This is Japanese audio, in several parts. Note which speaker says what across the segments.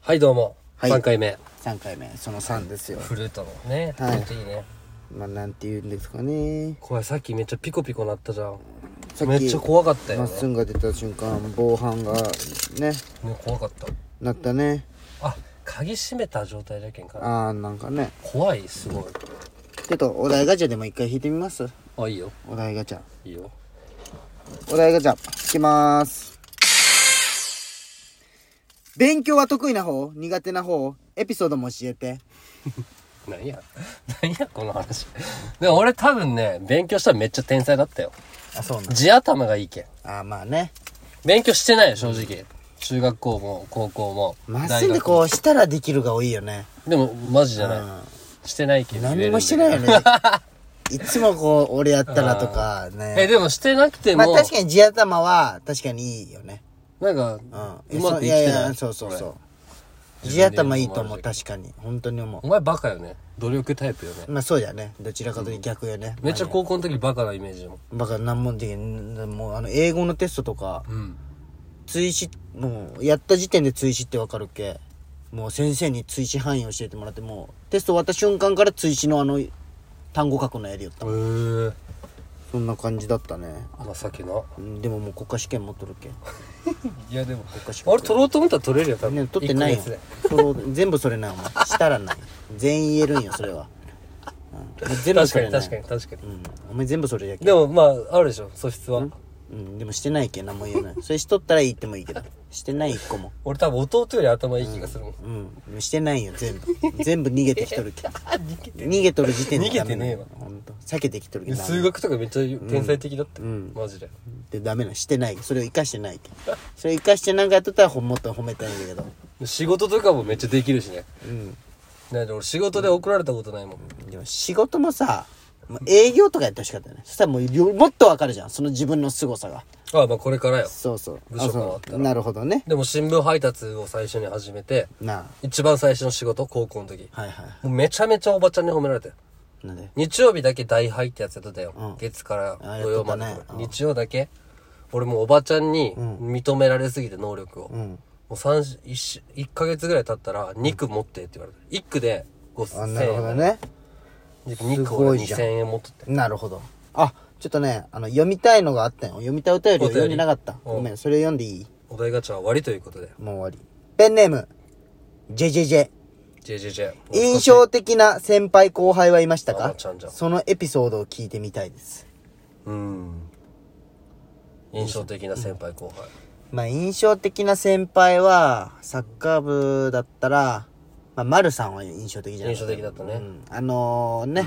Speaker 1: はいどうも、
Speaker 2: はい
Speaker 1: 3回目
Speaker 2: 3回目その3ですよ
Speaker 1: フルートのね、
Speaker 2: はい
Speaker 1: ほんといいね
Speaker 2: まあなんて言うんですかね
Speaker 1: これさっきめっちゃピコピコ鳴ったじゃん
Speaker 2: さっき
Speaker 1: めっちゃ怖かったよ
Speaker 2: まっ
Speaker 1: ね
Speaker 2: すんが出た瞬間防犯がね
Speaker 1: ね怖かった
Speaker 2: なったね
Speaker 1: あ鍵閉めた状態じゃけんから
Speaker 2: あーなんかね
Speaker 1: 怖いすごい
Speaker 2: ちょっとお題ガチャでも一回引いてみます
Speaker 1: あいいよ
Speaker 2: お題ガチャ
Speaker 1: いいよ
Speaker 2: お題ガチャ引きます勉強は得意な方苦手な方エピソードも教えて
Speaker 1: なんや なんやこの話でも俺多分ね勉強したらめっちゃ天才だったよ
Speaker 2: あそうな
Speaker 1: 地頭がいいけん
Speaker 2: あーまあね
Speaker 1: 勉強してないよ正直中学校も高校も
Speaker 2: まっ
Speaker 1: 大学
Speaker 2: すんで
Speaker 1: も
Speaker 2: こうしたらできるが多いよね
Speaker 1: でもマジじゃない、
Speaker 2: うん
Speaker 1: してないけど
Speaker 2: 何もし てないよねいつもこう俺やったらとかね
Speaker 1: えでもしてなくて
Speaker 2: まあ
Speaker 1: も、
Speaker 2: 確かに地頭は確かにいいよね。
Speaker 1: なんか、
Speaker 2: うん。
Speaker 1: うまくいき
Speaker 2: や
Speaker 1: て
Speaker 2: い
Speaker 1: ない
Speaker 2: やそうそうそう。
Speaker 1: 俺
Speaker 2: 地頭いいと思う、
Speaker 1: 自分で
Speaker 2: 確かに。本当に思
Speaker 1: お前バカよね努力タイプよね
Speaker 2: う。まあそうだよね。どちらかというと逆よね。
Speaker 1: めっちゃ高校の時バカなイメージだもん
Speaker 2: バカ難問的に、もうあの、英語のテストとか、
Speaker 1: うん
Speaker 2: 追試、もう、やった時点で追試ってわかるっけもう先生に追試範囲教えてもらって、もう、テスト終わった瞬間から追試のあの、単語書くのやりよった。
Speaker 1: へえ
Speaker 2: そんな感じだったね。
Speaker 1: 情けな
Speaker 2: うんでももう国家試験持っとるっけ
Speaker 1: いやでも
Speaker 2: 国家試験
Speaker 1: あれ取ろうと思ったら取れるよ多分、
Speaker 2: ね、取ってないよ
Speaker 1: 1ヶ月で
Speaker 2: それを全部それないお前したらない全員言えるんよそれは、うん、お前全部
Speaker 1: 確
Speaker 2: そ
Speaker 1: か
Speaker 2: れ
Speaker 1: に
Speaker 2: ない
Speaker 1: 確かに確かに、
Speaker 2: うん、お前全部それやけ
Speaker 1: でもまああるでしょ素質は、
Speaker 2: うん、でもしてないけん何も言えないそれしとったらいいってもいいけどしてない一個も
Speaker 1: 俺多分弟より頭いい気がするもん、
Speaker 2: うんしてないよ全部全部逃げてき とるけん逃げとる時点でダ
Speaker 1: 逃げ
Speaker 2: メな
Speaker 1: てね
Speaker 2: よほんと避けてきとるけんダメ
Speaker 1: 数学とかめっちゃ天才的だって、
Speaker 2: うん
Speaker 1: マジで
Speaker 2: でダメなしてないそれを生かしてないけんそれ生かしてなんかやっとったらほんもっと褒めたいんだけど
Speaker 1: 仕事とかもめっちゃできるしね
Speaker 2: うん
Speaker 1: なんで俺仕事で怒られたことないもん、
Speaker 2: でも仕事もさ、もう営業とかやってほしかったよね。そしたらもうよ、もっとわかるじゃん。その自分の凄さが。
Speaker 1: ああまあこれからよ
Speaker 2: そうそう。
Speaker 1: 部署変わったら
Speaker 2: あそうなるほどね。
Speaker 1: でも新聞配達を最初に始めて
Speaker 2: な
Speaker 1: 一番最初の仕事高校の時
Speaker 2: あ。はいはい。
Speaker 1: もうめちゃめちゃおばちゃんに褒められてる
Speaker 2: なんで
Speaker 1: 日曜日だけ大配ってやつやってたよ、
Speaker 2: うん
Speaker 1: 月から
Speaker 2: あ
Speaker 1: 土曜まで、
Speaker 2: やっとったね
Speaker 1: 日曜だけ俺もうおばちゃんに認められすぎて能力を、
Speaker 2: う
Speaker 1: も
Speaker 2: ん。
Speaker 1: う三一週一ヶ月ぐらい経ったら肉持ってって言われて一区で
Speaker 2: あ、
Speaker 1: 5000
Speaker 2: なるほど
Speaker 1: 円、
Speaker 2: ね。
Speaker 1: 2区
Speaker 2: すご
Speaker 1: 俺
Speaker 2: いじゃん
Speaker 1: 2000円持ってて
Speaker 2: なるほど。あ、ちょっとね、あの、読みたいのがあったよ。読みたいお便りを読んでなかった。
Speaker 1: お便り
Speaker 2: ごめん、それ読んでいい
Speaker 1: お題ガチャは終わりということで
Speaker 2: もう終わり。ペンネーム、ジェジェジェ。
Speaker 1: JJJ
Speaker 2: 印象的な先輩後輩はいました
Speaker 1: あま
Speaker 2: か
Speaker 1: あちゃんじゃん
Speaker 2: そのエピソードを聞いてみたいです。
Speaker 1: うん印象的な先輩後輩、
Speaker 2: まあ印象的な先輩は、サッカー部だったら、まあ、丸さんは印象的じゃない
Speaker 1: 印象的だったね
Speaker 2: うんあのね、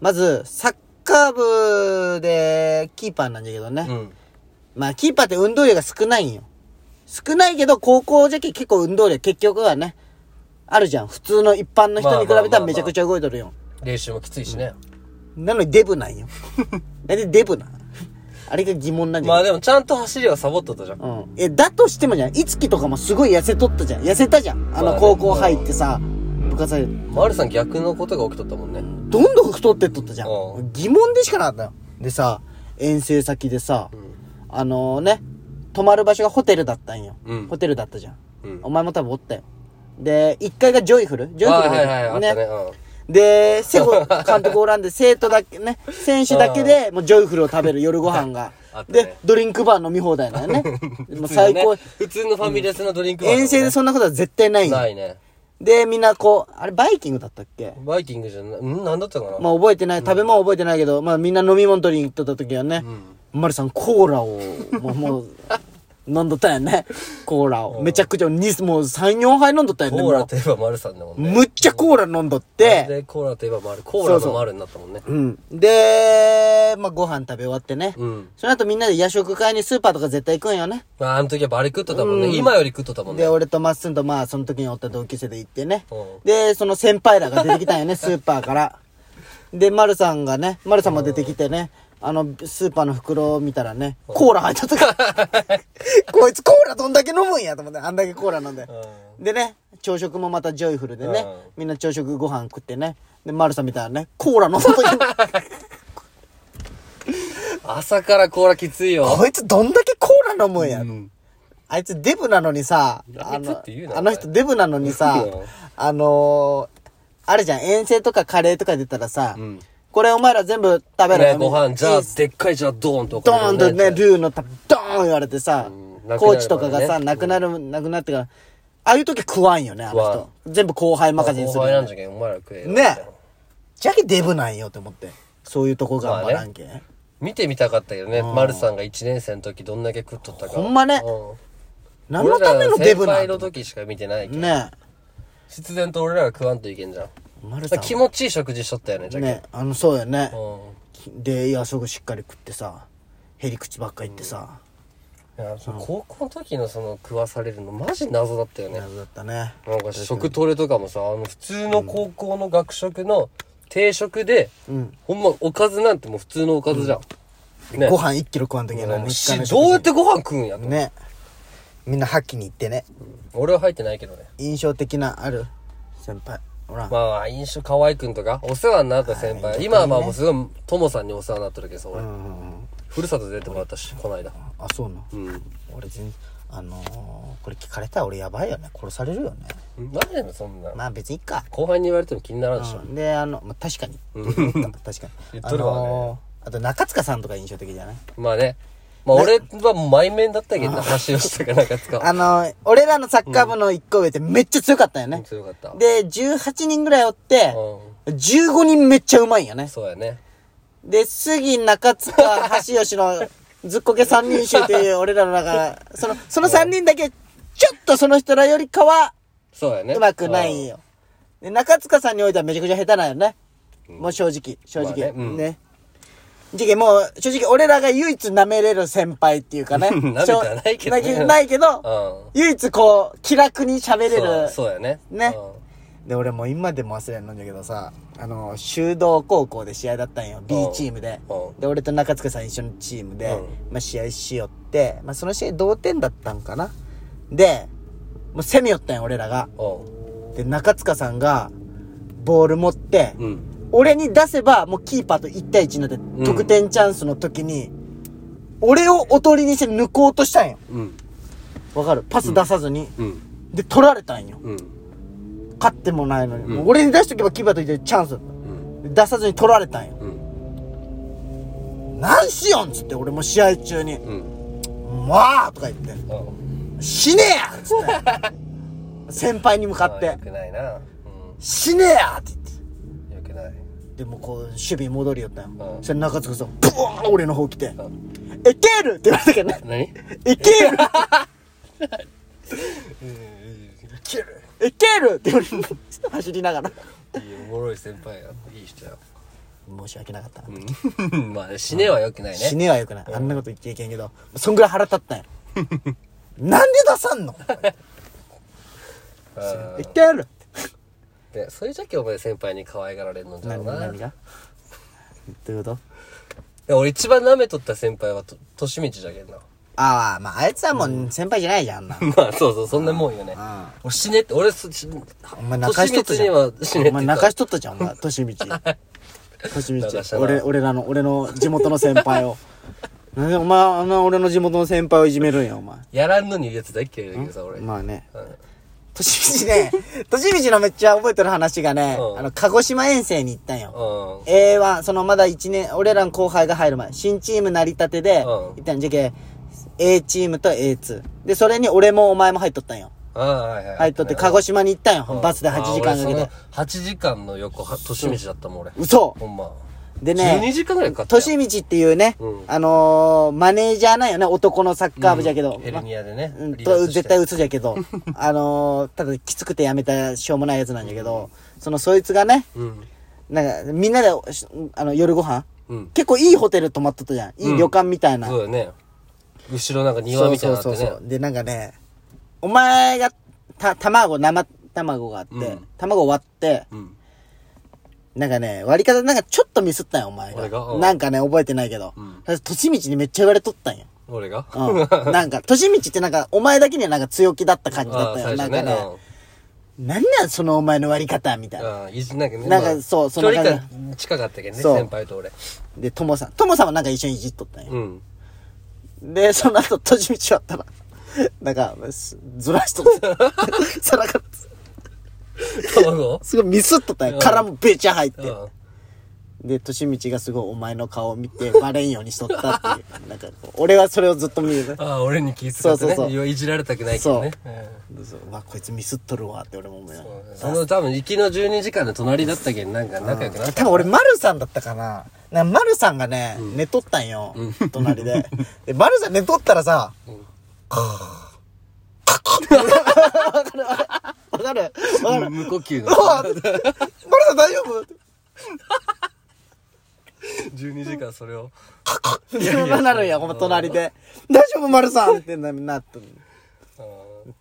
Speaker 2: まず、サッカー部でキーパーなんだけどね。
Speaker 1: うん
Speaker 2: まあ、キーパーって運動量が少ないんよ。少ないけど、高校じゃけ結構運動量、結局はね、あるじゃん。普通の一般の人に比べたらめちゃくちゃ動いとるよ。
Speaker 1: 練習もきついしね、
Speaker 2: なのにデブな んよ。なんでデブなんあれが疑問なんじゃけど
Speaker 1: まあでもちゃんと走りはサボっとったじゃん、
Speaker 2: うん、えだとしてもじゃんいつきとかもすごい痩せとったじゃん痩せたじゃん
Speaker 1: まあ
Speaker 2: あの
Speaker 1: ね
Speaker 2: 高校入ってさ部活入る
Speaker 1: マルさん逆のことが起きとったもんね、
Speaker 2: どんどん太ってっとったじゃん
Speaker 1: うん
Speaker 2: 疑問でしかなかったよでさ遠征先でさ、あのね泊まる場所がホテルだったんよ、
Speaker 1: うん
Speaker 2: ホテルだったじゃん、
Speaker 1: うん
Speaker 2: お前も多分おったよで1階がジョイフルジョイフルだ
Speaker 1: はい
Speaker 2: よ
Speaker 1: はいはい、あったね。うん
Speaker 2: で、瀬 古監督おらんで、生徒だけね、選手だけで、もうジョイフルを食べる夜ご飯が
Speaker 1: あっ。たね
Speaker 2: で、ドリンクバー飲み放題なんよね。もう
Speaker 1: 普通のね
Speaker 2: 最高。
Speaker 1: 普通のファミレスのドリンク
Speaker 2: 遠征でそんなことは絶対ない
Speaker 1: うん
Speaker 2: よ
Speaker 1: ないね。
Speaker 2: で、みんなこう、あれバイキングだったっけ
Speaker 1: バイキングじゃな、うんなんだったかな
Speaker 2: まあ覚えてない、食べ物は覚えてないけど、まあみんな飲み物取りに行っとった時はね、マルさんコーラを、もう、もう、 飲んどったよね。コーラを。めちゃくちゃ、にもう3、4杯飲んどったよね。
Speaker 1: コーラ
Speaker 2: も
Speaker 1: といえばマルさんだも
Speaker 2: うん
Speaker 1: ね。
Speaker 2: むっちゃコーラ飲んどって、
Speaker 1: で、コーラといえばマル。コーラのマルになったもんね。
Speaker 2: うん。で、まあ、ご飯食べ終わってね。
Speaker 1: うん。
Speaker 2: その後みんなで夜食会にスーパーとか絶対行くんよね。
Speaker 1: まあ、あの時はあれ食っとったもんね。今より食っとったもんね。
Speaker 2: で、俺とまっすんとまあ、その時におった同級生で行ってね
Speaker 1: うん。
Speaker 2: で、その先輩らが出てきたん よね、スーパーから。で、まるさんがね、まるさんも出てきてね、あの、スーパーの袋を見たらね、コーラ入っとったから。 こいつコーラどんだけ飲むんやと思って、あんだけコーラ飲んで。でね、朝食もまたジョイフルでね
Speaker 1: うん、
Speaker 2: みんな朝食ご飯食ってね、で、まるさん見たらね、コーラ飲んだ時に。
Speaker 1: 朝からコーラきついよ。
Speaker 2: こいつどんだけコーラ飲むんや。あいつデブなのにさ、
Speaker 1: あ
Speaker 2: あ
Speaker 1: いつっ
Speaker 2: の
Speaker 1: て言うな
Speaker 2: あの人デブなのにさ
Speaker 1: うん、
Speaker 2: あのーあるじゃん、遠征とかカレーとか出たらさ、
Speaker 1: ん
Speaker 2: これお前ら全部食べろ
Speaker 1: ね
Speaker 2: よ。
Speaker 1: ご飯、じゃ
Speaker 2: い
Speaker 1: あ
Speaker 2: いっ、す
Speaker 1: でっかいじゃあ、ドーンと
Speaker 2: ドーンとね、
Speaker 1: ル
Speaker 2: ルーのた、ドーン言われてさ
Speaker 1: うんなくなるからね、
Speaker 2: コーチとかがさ、なくなる、なくなってから、ああいう時食わんよね、あの
Speaker 1: 食わ
Speaker 2: 人。全部後輩任せにす
Speaker 1: 後
Speaker 2: るよ
Speaker 1: 輩な
Speaker 2: ね。
Speaker 1: んじゃけん、お前ら食えよ。
Speaker 2: ねじゃけデブなんよって思って。そういうとこ頑張らんけん。
Speaker 1: 見てみたかったけどね、丸さんが1年生の時どんだけ食っとったか。
Speaker 2: ほんまね
Speaker 1: うん
Speaker 2: 何のためのデブな
Speaker 1: 俺ら先輩の
Speaker 2: の
Speaker 1: 時しか見てないけど、
Speaker 2: ね
Speaker 1: 必然と俺らが食わんといけんじゃん。
Speaker 2: え。丸さん
Speaker 1: 気持ちいい食事しとったよね、じゃけん。
Speaker 2: ねあの、そうよね
Speaker 1: う。ん
Speaker 2: で、いや、すぐしっかり食ってさ、へり口ばっか言ってさ、
Speaker 1: いやその高校の時のその食わされるのマジ謎だったよね
Speaker 2: 謎だったね。
Speaker 1: なんか食トレとかもさあの普通の高校の学食の定食で、
Speaker 2: うん
Speaker 1: ほんまおかずなんてもう普通のおかずじゃん、ね
Speaker 2: ご飯1キロ食わんといけない
Speaker 1: も
Speaker 2: の
Speaker 1: う
Speaker 2: 日課の
Speaker 1: し
Speaker 2: 食事
Speaker 1: どうやってご飯食うんやと、
Speaker 2: ねみんな吐きに行ってね。
Speaker 1: 俺は入ってないけどね
Speaker 2: 印象的な、ある先輩。ほら。
Speaker 1: まあ印象河合くんとかお世話になった先輩、今はまあもうすごいともさんにお世話になってるけどさ俺、
Speaker 2: うんうんうん。
Speaker 1: ふるさとで出てもらったしこの間
Speaker 2: あ、そうなの。
Speaker 1: うん
Speaker 2: 俺全、あのーこれ聞かれたら俺やばいよね。殺されるよね。
Speaker 1: 何でそんな
Speaker 2: まあ別にいっか。
Speaker 1: 後輩に言われても気にならんでしょ、
Speaker 2: うんであの、まあ、確かに確かに
Speaker 1: 言っとるわね
Speaker 2: あのーあと中塚さんとか印象的じゃない
Speaker 1: まあね。まあ俺はもう前面だったけどな、橋下かなんか使う。
Speaker 2: あのー俺らのサッカー部の1個上ってめっちゃ強かったよね、
Speaker 1: 強かった。
Speaker 2: で18人ぐらいおって、
Speaker 1: う
Speaker 2: 15人めっちゃうまいんよね
Speaker 1: ん。そうやね。
Speaker 2: で杉中塚橋吉のずっこけ3人衆という俺らの中そのその3人だけちょっとその人らよりかは
Speaker 1: そうやね。
Speaker 2: うまくないよで中塚さんにおいてはめちゃくちゃ下手なんよね、もう正直正直、
Speaker 1: まあね
Speaker 2: ね
Speaker 1: うん
Speaker 2: じゃけもう正直俺らが唯一舐めれる先輩っていうか ね
Speaker 1: 舐めてはないけどね
Speaker 2: しょうないけど、
Speaker 1: うん
Speaker 2: 唯一こう気楽に喋
Speaker 1: うん。
Speaker 2: れ
Speaker 1: そう
Speaker 2: る
Speaker 1: そうやね。
Speaker 2: ね
Speaker 1: うん
Speaker 2: で俺もう今でも忘れんのんだけどさあの修道高校で試合だったんよ B チームで
Speaker 1: うん
Speaker 2: で俺と中塚さん一緒のチームで、
Speaker 1: う
Speaker 2: まあ、試合しよって、まあ、その試合同点だったんかなでもう攻めよったんよ俺らが
Speaker 1: う
Speaker 2: で中塚さんがボール持って、
Speaker 1: ん。うん。
Speaker 2: 俺に出せばもうキーパーと1対1になって、
Speaker 1: ん
Speaker 2: 得点チャンスの時に俺をおとりにして抜こうとしたんよ
Speaker 1: うん。
Speaker 2: わかるパス出さずに、
Speaker 1: うん。
Speaker 2: で取られたんよ
Speaker 1: うん。
Speaker 2: 勝ってもないのに、
Speaker 1: ん
Speaker 2: もう俺に出しとけばキーパーと1対1チャンスだった
Speaker 1: うん。
Speaker 2: で出さずに取られたんよ
Speaker 1: うん。
Speaker 2: 何しよんっつって俺も試合中に
Speaker 1: うん。
Speaker 2: 「まあ!」とか言って
Speaker 1: うん。
Speaker 2: 「死ねや!」っつって 先輩に向かっ
Speaker 1: まあ
Speaker 2: て
Speaker 1: よくないな。
Speaker 2: 「死ねや!」って言って
Speaker 1: うん。よくない。
Speaker 2: でもこう守備戻りよったんよ、
Speaker 1: うん
Speaker 2: それ中塚さんブワー俺の方来て「
Speaker 1: ん
Speaker 2: いける!」って言われたけどね
Speaker 1: 何
Speaker 2: いけるいけるいけるって言われて走りながら
Speaker 1: いいおもろい先輩や。いい人や。
Speaker 2: 申し訳なかったな、
Speaker 1: うん まあ死ねはよくない
Speaker 2: 死
Speaker 1: ね。
Speaker 2: ねはよくないあんなこと言っちゃいけんけどそんぐらい腹 立ったんやなんで出さんの
Speaker 1: うん
Speaker 2: いける
Speaker 1: でそれじゃけお前先輩に可愛がられんのじゃろ
Speaker 2: 何
Speaker 1: うな。
Speaker 2: 何がどういうこと
Speaker 1: で俺一番舐めとった先輩はと、としみちじゃけんな。
Speaker 2: ああまああいつはもう先輩じゃないじゃんあんな
Speaker 1: まあそうそう、そんなもんよね。俺死ねって、俺、そし
Speaker 2: お前泣かしとったじゃん
Speaker 1: 年光には死ねって言った
Speaker 2: お前泣かしとったじゃんお前とし みちとしみ
Speaker 1: 泣かし
Speaker 2: ち
Speaker 1: たな
Speaker 2: 俺俺らの俺の地元の先輩 をなんでお前あんな俺の地元の先輩をいじめるんやお前
Speaker 1: やらんのに言うやつ大っ嫌いだけどさ、俺。
Speaker 2: まあね
Speaker 1: うん
Speaker 2: としみちねとしみちのめっちゃ覚えてる話がね、
Speaker 1: うん
Speaker 2: あの鹿児島遠征に行ったんよ、
Speaker 1: う
Speaker 2: A1 そのまだ1年俺らの後輩が入る前新チーム成り立てで
Speaker 1: ん
Speaker 2: 行ったんじゃけ A チームと A2 でそれに俺もお前も入っとったんよ
Speaker 1: ん。ああ、はいはい。
Speaker 2: 入っとって鹿児島に行ったん
Speaker 1: う
Speaker 2: よ
Speaker 1: ん
Speaker 2: バスで8時間かけ。
Speaker 1: あ
Speaker 2: て
Speaker 1: 俺その8時間の横、は、としみちだったもん、俺。
Speaker 2: 嘘
Speaker 1: ほんま。
Speaker 2: でね
Speaker 1: 12時間ぐらいかかった
Speaker 2: と
Speaker 1: よ。
Speaker 2: しみちっていうね、
Speaker 1: うん
Speaker 2: あのー、マネージャーなんよね男のサッカー部じゃけど、
Speaker 1: ヘルニアでね。
Speaker 2: うん
Speaker 1: 離脱
Speaker 2: と
Speaker 1: して
Speaker 2: 絶対。嘘じゃけどあのー、ただきつくてやめたしょうもないやつなんじゃけど、そのそいつがね
Speaker 1: うん。
Speaker 2: なんかみんなでしあの夜ご飯
Speaker 1: うん。
Speaker 2: 結構いいホテル泊まっとったじゃんいい旅館みたいな、
Speaker 1: そうだよね。後ろなんか庭みたいなのあってね。
Speaker 2: うでなんかねお前がた卵生卵があって、
Speaker 1: うん
Speaker 2: 卵割って
Speaker 1: うん。
Speaker 2: なんかね割り方なんかちょっとミスったんよお前
Speaker 1: 俺
Speaker 2: が
Speaker 1: がうん
Speaker 2: なんかね覚えてないけど、
Speaker 1: ん
Speaker 2: としみちにめっちゃ言われとったんよ
Speaker 1: 俺が
Speaker 2: うん なんか、としみちってなんか、お前だけにはなんか強気だった感じだ
Speaker 1: あ
Speaker 2: っ
Speaker 1: あ、
Speaker 2: た
Speaker 1: 最
Speaker 2: よ。な
Speaker 1: 初
Speaker 2: ん
Speaker 1: ね。
Speaker 2: かね、なんなんそのお前の割り方みたいな。
Speaker 1: うん。うん。いじなんかね。
Speaker 2: なんか
Speaker 1: まあ
Speaker 2: そうそん
Speaker 1: 距
Speaker 2: な
Speaker 1: 離
Speaker 2: 感じ
Speaker 1: 感近かったけどね、
Speaker 2: そう
Speaker 1: 先輩と俺。
Speaker 2: で、 ともさん。ともさんはなんか一緒にいじっとったんよ。
Speaker 1: うん。
Speaker 2: で、その後、としみち終わったら、なんか、すずらしとって、皿が、
Speaker 1: 卵
Speaker 2: すごいミスっとったん
Speaker 1: う
Speaker 2: や。
Speaker 1: ん
Speaker 2: 殻もべちゃ入って
Speaker 1: う。ん。
Speaker 2: で、としみちがすごいお前の顔を見て、バレんようにしとったっていう。なんかこう、俺はそれをずっと見るね。
Speaker 1: ああ、俺に気遣って
Speaker 2: そうそうそう
Speaker 1: ね。いやいじられたくないけどね。うん
Speaker 2: そううわ、こいつミスっとるわって俺も思いながら
Speaker 1: その多分行きの12時間の隣だったけんなんか仲良くなった
Speaker 2: 多分俺、マルさんだったかな。なマルさんがね、寝とったんよ。隣で。で、マルさん寝とったらさ、 わかるわかる
Speaker 1: 無呼吸
Speaker 2: う
Speaker 1: の
Speaker 2: わマルさん大丈夫
Speaker 1: 12時間それを
Speaker 2: いやなるんや、この隣で。大丈夫マルさんってな、なった。っ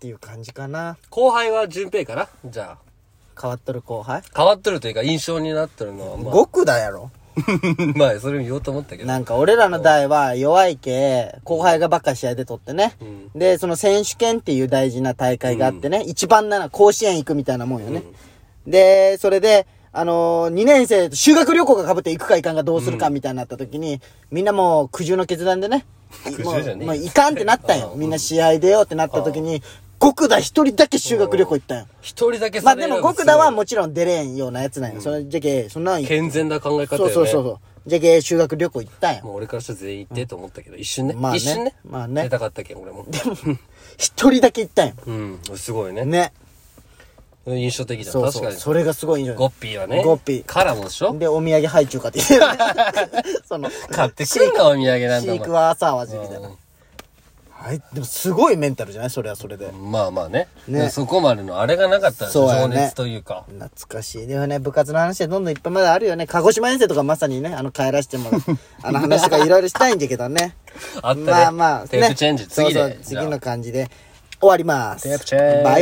Speaker 2: ていう感じかな。
Speaker 1: 後輩は順平かなじゃあ
Speaker 2: 変わっとる後輩
Speaker 1: 変わっとるというか印象になってるのはまあ
Speaker 2: 5区だやろ。
Speaker 1: まあそれも言おうと思ったけど
Speaker 2: なんか俺らの代は弱いけ、後輩がばっか試合で取ってね。で、その選手権っていう大事な大会があってね、一番なら甲子園行くみたいなもんよね。で、それで、あのー、2年生と修学旅行が被って行くか行かんかどうするかみたいになった時に、みんなもう苦渋の決断でね、
Speaker 1: 苦
Speaker 2: も
Speaker 1: 渋じゃ
Speaker 2: う
Speaker 1: ねえよ
Speaker 2: もう行かんってなったんよ。みんな試合出ようってなった時に、極田一人だけ修学旅行行ったんよ。
Speaker 1: 一人だけ
Speaker 2: ま
Speaker 1: さ
Speaker 2: あ
Speaker 1: れ
Speaker 2: で
Speaker 1: るの
Speaker 2: も
Speaker 1: が
Speaker 2: 極田は
Speaker 1: すごい
Speaker 2: もちろん出れんようなやつなんよ。それじゃけ、そんなん行
Speaker 1: 健全な考え方よ
Speaker 2: そう
Speaker 1: ね
Speaker 2: そうそうそう。じゃけ、修学旅行行ったんよ。
Speaker 1: もう俺からしたら全員行ってと思ったけど一瞬ね
Speaker 2: まあね
Speaker 1: 一瞬ね
Speaker 2: まあね
Speaker 1: 出たかったけん俺も
Speaker 2: 一人だけ行ったんよ。
Speaker 1: うんすごいね
Speaker 2: ね。
Speaker 1: 印象的だ
Speaker 2: そう
Speaker 1: 確
Speaker 2: そう。
Speaker 1: かに
Speaker 2: それがすごいいいんじゃない
Speaker 1: ゴッピーはね
Speaker 2: ゴッピー
Speaker 1: カラもでしょ
Speaker 2: で、お土産配中かって 言って。その、
Speaker 1: 買ってくんなお土産なん
Speaker 2: シ
Speaker 1: だ
Speaker 2: ーク
Speaker 1: も
Speaker 2: ワーサー味みたいな。はい。でもすごいメンタルじゃないそれはそれで。
Speaker 1: まあまあね
Speaker 2: ね
Speaker 1: そこまでのあれがなかったら
Speaker 2: そうや
Speaker 1: 情
Speaker 2: ね
Speaker 1: 熱というか
Speaker 2: 懐かしい。でもね、部活の話でどんどんいっぱいまだあるよね。鹿児島遠征とかまさにね、あの帰らせ てもらう。あの話とかいろいろしたいんだけどね。
Speaker 1: あったね
Speaker 2: まあまあ。
Speaker 1: テープチェンジ
Speaker 2: ねそうそう
Speaker 1: 次でじゃあ
Speaker 2: 次の感じで終わります。
Speaker 1: テープチェンジ
Speaker 2: バイ